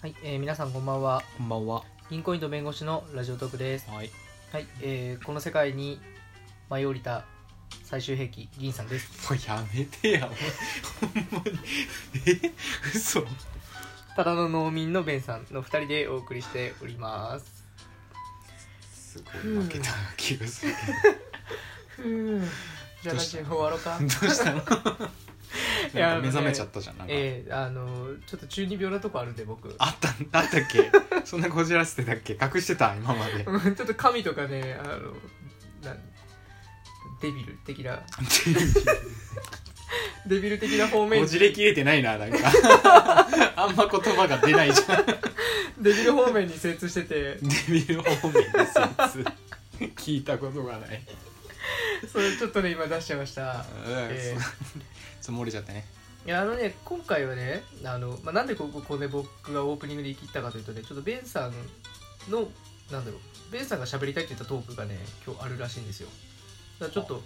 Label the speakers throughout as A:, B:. A: はい、えー皆さんこんばんは。
B: こんばんは。
A: 銀行員と弁護士のラジオトークです。
B: はい。
A: はい、えーこの世界に舞い降りた最終兵器銀さんです。
B: もうやめてや。ほんまに。え嘘
A: ただの農民のベンさんの二人でお送りしております。
B: すごい負けた気がする
A: じゃあラ
B: どうし
A: ジ
B: た
A: オ終わろうか
B: けど。。どうしたのなんか
A: いやあのね
B: 目覚めちゃったじゃん。なんか。
A: えーあのーちょっと中二病なとこあるんで僕。
B: あった、あったっけそんなこじらせてたっけ隠してた今まで。
A: うんちょっと神とかね、あの、なんデビル的な、デビル的な方面
B: こじれ切れてないな、なんか。あんま言葉が出ないじゃん。
A: デビル方面に精通してて、
B: デビル方面です。聞いたことがない。
A: それちょっとね、今出しちゃいました。 えー
B: 積もれちゃったね。
A: いやあのね今回はねあの、まあ、なんでここここで僕がオープニングで言い切ったかというとねちょっとベンさんのなんだろうベンさんが喋りたいって言ったトークがね今日あるらしいんですよだからちょっと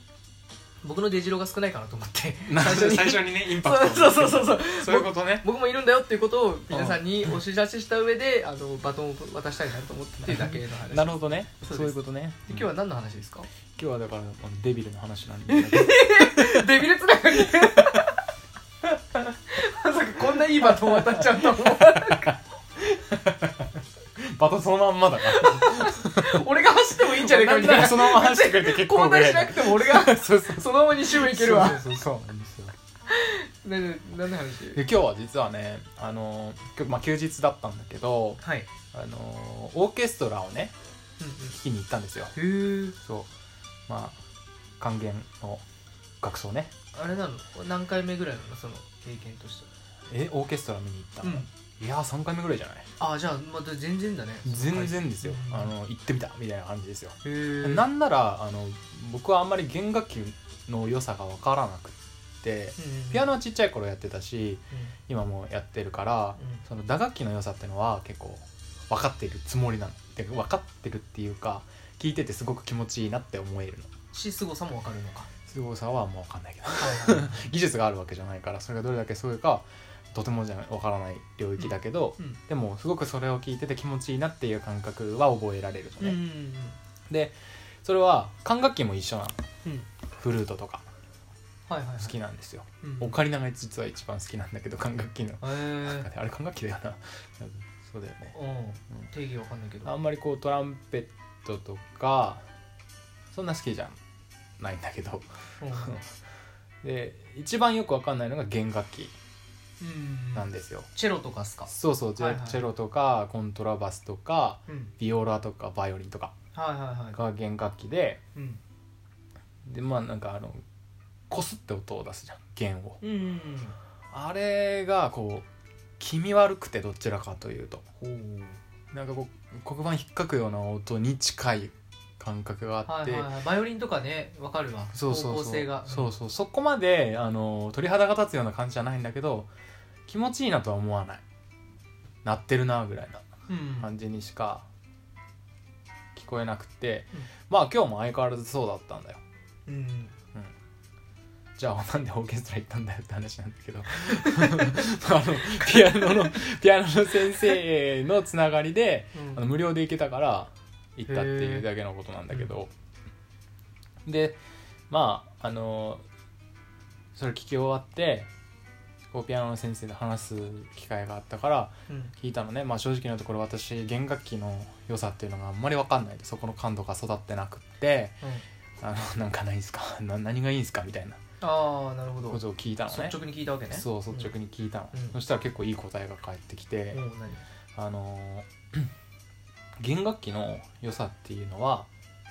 A: 僕の出城が少ないかなと思って
B: 最初
A: 最
B: 最
A: 初
B: 初にね、インパクトを。
A: そうそうそうそう
B: そういうことね。
A: 僕もいるんだよっていうことを皆さんにお知らせした上であのバトンを渡したいなと思ってっていうだけの話
B: なるほどね
A: そうで
B: そ
A: す
B: ういうことね
A: で今日は何の話ですか
B: 今日はだからこのデビルの話なんだけど
A: デビルつながり まさかこんないいバトン渡っちゃうと思う
B: バトンそのまんまだな
A: 俺が走ってもいいんじゃねえか
B: な
A: み
B: ん
A: たいな
B: ならそのまま走ってくれて結構
A: 交
B: ぐ
A: 代
B: らい
A: しなくても俺が
B: そうそ う
A: そのまま2周目いけるわ
B: そうそうそうなんですよ
A: なな何の話
B: で今日は実はねあの今日まあ、休日だったんだけど
A: はい
B: あのオーケストラをね聴きに行ったんですよ
A: へえ
B: そうまあ還元の楽奏ね
A: あれなの何回目ぐらいなのその経験として
B: えオーケストラ見に行った
A: はう
B: の、
A: ん
B: いやー3回目ぐらいじゃない
A: ああじゃあまた全然だね
B: 全然ですよ
A: うん
B: あの行ってみたみたいな感じですよ
A: へえ
B: なんんならあの僕はあんまり弦楽器の良さが分からなくってピアノはちっちゃい頃やってたし今もやってるからその打楽器の良さってのは結構分かってるつもりなので分かってるっていうか聞いててすごく気持ちいいなって思えるの
A: しすごさもわかるのか
B: すごさはもう分かんないけど
A: はいはい
B: 技術があるわけじゃないからそれがどれだけすごいかとてもじゃない分からない領域だけど、
A: うん
B: でもすごくそれを聞いてて気持ちいいなっていう感覚は覚えられるの
A: うんう
B: ね、
A: ん
B: でそれは管楽器も一緒なの
A: うん
B: フルートとか
A: はいはいはい
B: 好きなんですよ
A: うん
B: オカリナが実は一番好きなんだけど管楽器の
A: へえ
B: あれ管楽器だよなそうだよね
A: うん定義わかんないけど
B: あんまりこうトランペットとかそんな好きじゃないんだけど
A: うん
B: で一番よくわかんないのが弦楽器
A: うん
B: なんですよ、
A: チェロとかっすか
B: そうそうチェ,、
A: はいはい
B: チェロとかコントラバスとか
A: うん
B: ビオラとかバイオリンとか
A: はいはいはい
B: が弦楽器で
A: うん
B: でまあなんかあのこすって音を出すじゃん弦を
A: うんうんうん
B: あれがこう気味悪くてどちらかというと
A: ほう
B: なんかこう黒板引っかくような音に近い感覚があ
A: は
B: っ
A: い
B: て、
A: はいはい、バイオリンとかねわかるわ
B: そうそう
A: 方
B: そ
A: 向
B: う
A: 性が
B: そうそうそこまであの鳥肌が立つような感じじゃないんだけど気持ちいいなとは思わない鳴ってるなぐらいな
A: うん、うん
B: 感じにしか聞こえなくて、
A: うん
B: まあ今日も相変わらずそうだったんだよ
A: うん、
B: じゃあなんでオーケストラ行ったんだよって話なんだけどあのピアノのピアノの先生のつながりであの無料で行けたから行ったっていうだけのことなんだけどでまああのそれ聞き終わってこうピアノの先生と話す機会があったから
A: うん
B: 聞いたのね、まあ、正直なところ私弦楽器の良さっていうのがあんまり分かんないでそこの感度が育ってなくってあのなんかないんすかな何がいいんすかみたいな
A: ああなるほど
B: ことを聞いたのね
A: 率直に聞いたわけね
B: そう率直に聞いたの、
A: うん
B: そしたら結構いい答えが返ってきて、
A: うんおう何
B: あのー 弦楽器の良さっていうのは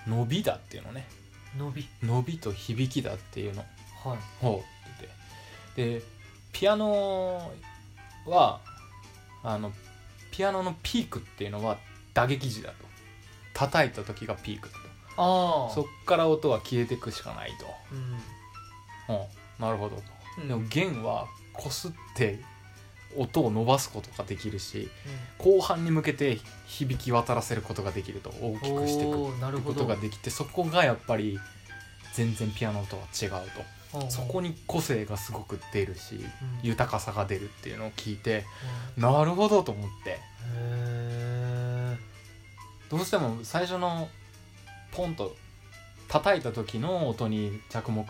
B: 伸びだっていうのね
A: 伸び
B: 伸びと響きだっていうの
A: はい
B: をって言ってでピアノはあのピアノのピークっていうのは打撃時だと叩いた時がピークだ
A: あ
B: と
A: あ
B: そっから音は消えてくしかない
A: うん
B: と、うん、なるほど
A: うん
B: でも
A: うん
B: 弦はこすって音を伸ばすことができるし後半に向けて響き渡らせることができると大きくしていく
A: おーなるほ
B: こ
A: ど
B: とができてそこがやっぱり全然ピアノとは違うとそこ
A: に、
B: に個性がすごく出るし
A: うん
B: 豊かさが出るっていうのを聞いてなるほどと思って
A: へ
B: どうしても最初のポンと叩いた時の音に着目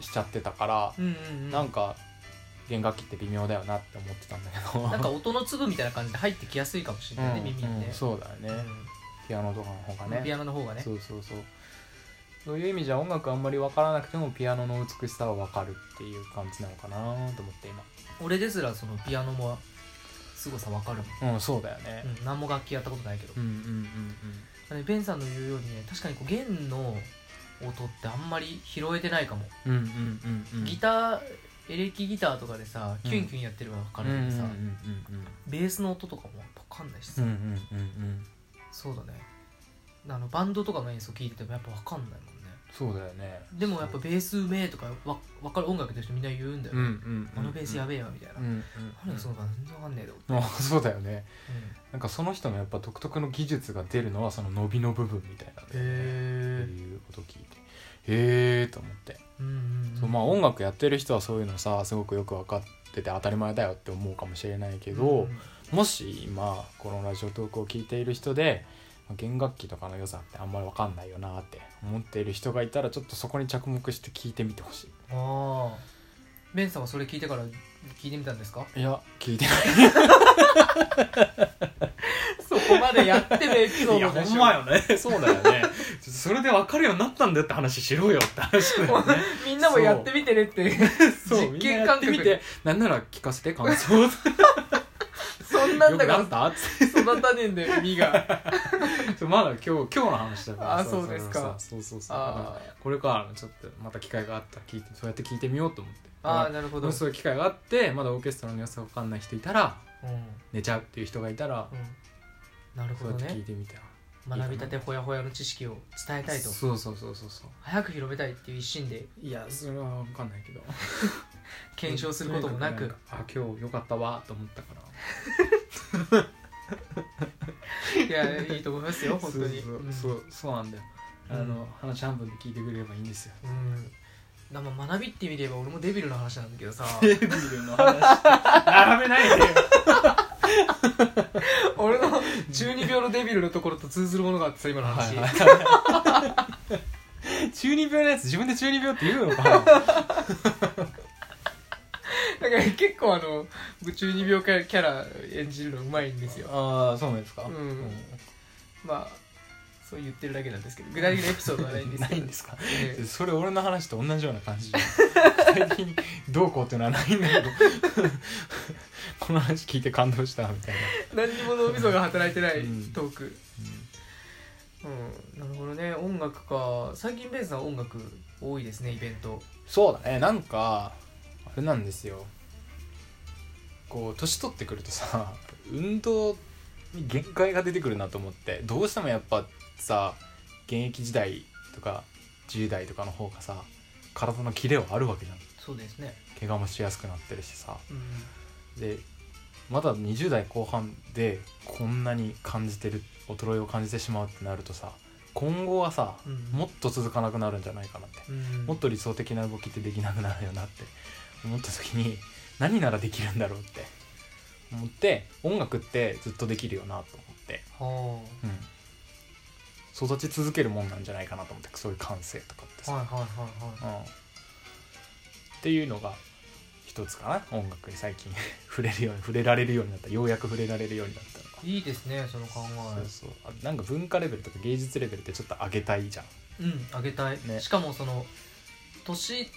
B: しちゃってたから、
A: うんうんうん、
B: なんか弦楽器って微妙だよなって思ってたんだけ ど
A: なんか音の粒みたいな感じで入ってきやすいかもしれないね、
B: うん
A: 耳にね
B: うん、そうだよね、ピアノとかの方
A: う
B: が
A: ん
B: ね
A: ピアノの方がね
B: そうそうそうそういう意味じゃ音楽あんまり分からなくてもピアノの美しさは分かるっていう感じなのかなと思って
A: 俺ですらそのピアノも凄さわかるもん、
B: 今うんそうだよね
A: うん、何も楽器やったことないけど
B: う、んうん
A: ねベンさんの言うようにね確かにこう弦の音ってあんまり拾えてないかも、
B: うんうんうんうんうんうん
A: ギターエレキギターとかでさ
B: うん
A: キュンキュンやってるのは分か
B: うん
A: る
B: うん
A: け
B: うん
A: ど
B: う
A: さ、
B: ん
A: ベースの音とかも分かんないし
B: う
A: さ、
B: んうんうんうん
A: そうだねあのバンドとかの演奏聞いててもやっぱ分かんないもんね
B: そうだよね
A: でもやっぱベースうめえとかわ分かる音楽としてみんな言うんだよ
B: うん
A: ね、
B: うんうんうん
A: あのベースやべえよみたいな、
B: うんうん
A: 何がそうか全然分かんねえだろ、
B: あそうだよね
A: うん
B: なんかその人のやっぱ独特の技術が出るのはその伸びの部分みたいな
A: へ
B: って
A: え
B: いうことを聞いてへえと思って
A: うんうんうん
B: そうまあ音楽やってる人はそういうのさすごくよく分かってて当たり前だよって思うかもしれないけど、もし今このラジオトークを聞いている人でまあ弦楽器とかの良さってあんまり分かんないよなって思っている人がいたらちょっとそこに着目して聞いてみてほし
A: うんああベンさんはそれ聞いてから聞いてみたんですか
B: いいや聞いてない
A: そこまでやってるエピソードでしょ
B: ねそうだよね それで分かるようになったんだよって話しろよって話だよね
A: みんなもやってみてねって
B: そう
A: 実
B: みんな
A: 験
B: や
A: 感
B: っ
A: 覚
B: てみてなんなら聞かせて感想よ
A: そんなん
B: く
A: だか
B: なったって
A: ら育たねえんだよ身 が
B: そうまだ今日今日の話だから
A: あそうですか
B: そうそうそう
A: あー
B: これからちょっとまた機会があったら聞いてそうやって聞いてみようと思って
A: あーなるほど、
B: も
A: うん
B: しそういう機会があってまだオーケストラの良さわかんない人いたら
A: う
B: 寝ちゃうっていう人がいたら、
A: ん、なるほ
B: そうや
A: ど
B: って聞い
A: ね
B: てみたら
A: 学びたてほやほやの知識を伝えたいと
B: そうそうそうそうそう
A: 早く広めたいっていう一心で
B: いやそれはわかんないけど
A: 検証することもな
B: とに
A: く
B: かくなんかあ今日良かったわと思ったから
A: いやいいと思いますよ本当に
B: そう
A: うん
B: そうそうそうなんだよあの、話半分で聞いてくれればいいんですよ
A: うんだからまあ学びって意味で言えば俺もデビルの話なんだけ どさ
B: ビールの話並べないでよ
A: 俺の12秒のデビルのところと通ずるものがあってさ今の話、
B: 中二病のやつ自分で中二病って言うのか
A: だから結構あの中二病キャラ演じるのうまいんですよ
B: ああそうなんですか
A: うん
B: うん
A: まあそう言ってるだけなんですけど具体的なエピソードはないんです
B: な
A: け
B: い
A: ど
B: んですか
A: ええ
B: それ俺の話と同じような感じじゃん具体的にどうこうっていうのはないんだけど この話聞いて感動したみたいな、
A: 何にも脳みそが働いてない
B: うん
A: トークうん、なるほどね音楽か最近ベンさん音楽多いですねイベント
B: そうだねなんかあれなんですよこう年取ってくるとさ運動に限界が出てくるなと思ってどうしてもやっぱさ現役時代とか10代とかの方がさ体のキレはあるわけじゃん
A: そうですね
B: 怪我もしやすくなってるしさ
A: うん
B: でまだ20代後半でこんなに感じてる衰えを感じてしまうってなるとさ今後はさ
A: うん
B: もっと続かなくなるんじゃないかなって
A: うん
B: もっと理想的な動きってできなくなるよなって思った時に何ならできるんだろうって思って音楽ってずっとできるよなと思って、
A: は
B: うん、育ち続けるもんなんじゃないかなと思ってそういう感性とかって
A: あ
B: さ、
A: はいはいはいはい
B: うん、っていうのが一つかな音楽に最近 触れるように触れられるようになったようやく触れられるようになったのが。
A: いいですねその考
B: そうそうあなんか文化レベルとか芸術レベルってちょっと上げたいじゃん
A: えうんあげたい、
B: ね
A: しかもその年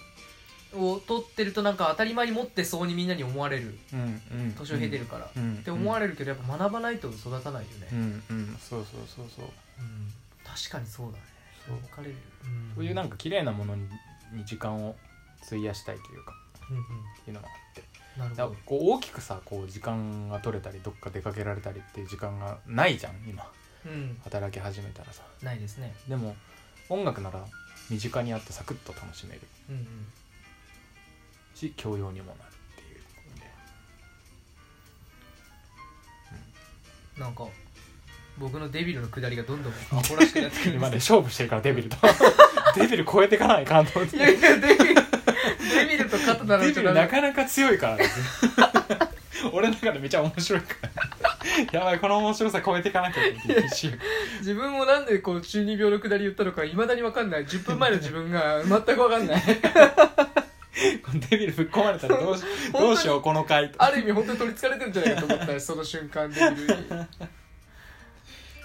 A: を取ってるとなんか当たり前に持ってそうにみんなに思われる
B: うんうん
A: 年を経てるから、
B: うん、
A: って思わ
B: れ
A: れるけどやっぱ学ばないと育たないよね、
B: うんうんそうそうそうそう
A: うん確かにそうだね
B: そう
A: 分かれる
B: そういうなん
A: か、
B: か綺麗なものにに時間を費やしたいというか
A: うんうん、
B: っていうのがあって
A: なる
B: だ
A: ほ
B: からこう大きくさこう時間が取れたりどっか出かけられたりっていう時間がないじゃん今
A: どうん
B: 働き始めたらさ
A: ないですね
B: でも音楽なら身近にあってサクッと楽しめる
A: うんうん
B: し教養にもなるっていうので
A: なんか僕のデビルの下りがどんどん アホらしくなってく るん
B: 今ね
A: です
B: 勝負してるからデビルと デビル超えていかないかんと思って
A: いやいやデビルデビルと肩並
B: デ
A: べ
B: ビ
A: ちゃ
B: ル
A: ダメ
B: なかなか強いからね 俺の中でめちゃ面白いからやばいこの面白さ超えていかなきゃっていう必死
A: 自分もなんでこう中二病のくだり言ったのかいまだに分かんない10分前の自分が全く分かんない
B: このデビルぶっ込まれたらどうしどうしようこの回と
A: ある意味本当に取りつかれてるんじゃないかと思ったよその瞬間デ ビルになる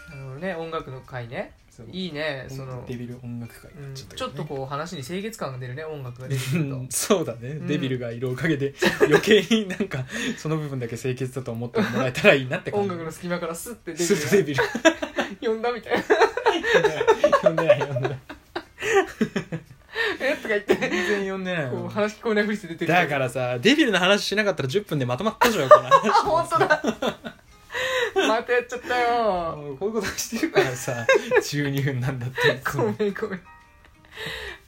A: ほどね音楽の回ね
B: そう
A: いいねその、
B: デビル音楽会
A: うん
B: ち
A: ち
B: ょっと,、
A: ょっとこう話に清潔感が出るね音楽が出てくると
B: うんそうだね、
A: ん
B: デビルがいるおかげで余計になんかその部分だけ清潔だと思ってもらえたらいいなって
A: 音
B: じ
A: 楽の隙間からスッてデ
B: スープ
A: ビ
B: デビル
A: ル が呼んだみたいな
B: 呼んでない呼んでない
A: えとか言って
B: 全然呼んでない
A: こう話聞こえないふりして出てくる
B: だからさデビルの話しなかったら10分でまとまったじゃんこの
A: あ本当 だまたやっちゃったよ
B: 話こういうことしてるからさ12分なんだっていつ
A: ご
B: も
A: めんごめん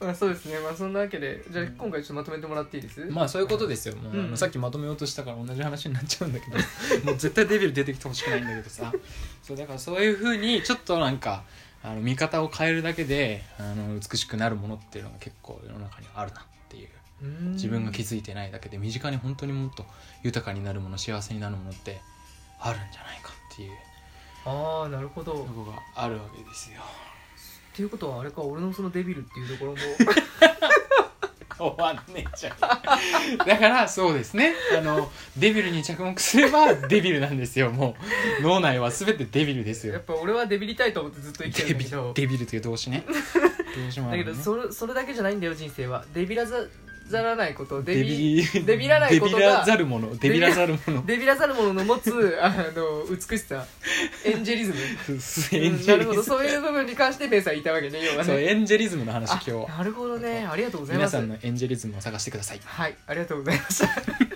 A: まあそうですねまあそんなわけでじゃあ今回ちょっとまとめてもらっていいです
B: まあそういうことですよ、もう
A: うん
B: あのさっきまとめようとしたから同じ話になっちゃうんだけどもう絶対デビル出てきてほしくないんだけどさそうだからそういうふうにちょっとなんかあの見方を変えるだけであの美しくなるものっていうのが結構世の中にはあるなっていう
A: うん
B: 自分が気づいてないだけで身近に本当にもっと豊かになるもの幸せになるものってあるんじゃないかっていう
A: ああなるほど
B: とこがあるわけですよ。
A: っていうことはあれか俺のそのデビルっていうところも
B: 終わんねえじゃんだからそうですねあのデビルに着目すればデビルなんですよもう脳内は全てデビルです
A: やっ
B: よ
A: ぱ俺はデビりたいと思ってずっと生きて
B: デ
A: るんで
B: ビ
A: しょ
B: デビルという動詞ね動詞もあ
A: だけ
B: るの
A: ど
B: ね
A: それそれだけじゃないんだよ人生はデビらざざらないことデ
B: デ
A: ビ
B: ビ
A: デビらないことが
B: デビらざるものデビらざるもの
A: デビらざる者の持つ あの美しさエンジェリズム
B: エンジ
A: うん
B: ェ
A: なるほ
B: リ
A: ど
B: ズム
A: そういう部分に関してペンさん言いたわけね要は
B: そう
A: ね
B: エンジェリズムの話
A: あ
B: 今日は
A: なるほどねありがとうござい
B: 皆
A: ます
B: さんのエンジェリズムを探してください
A: はいありがとうございました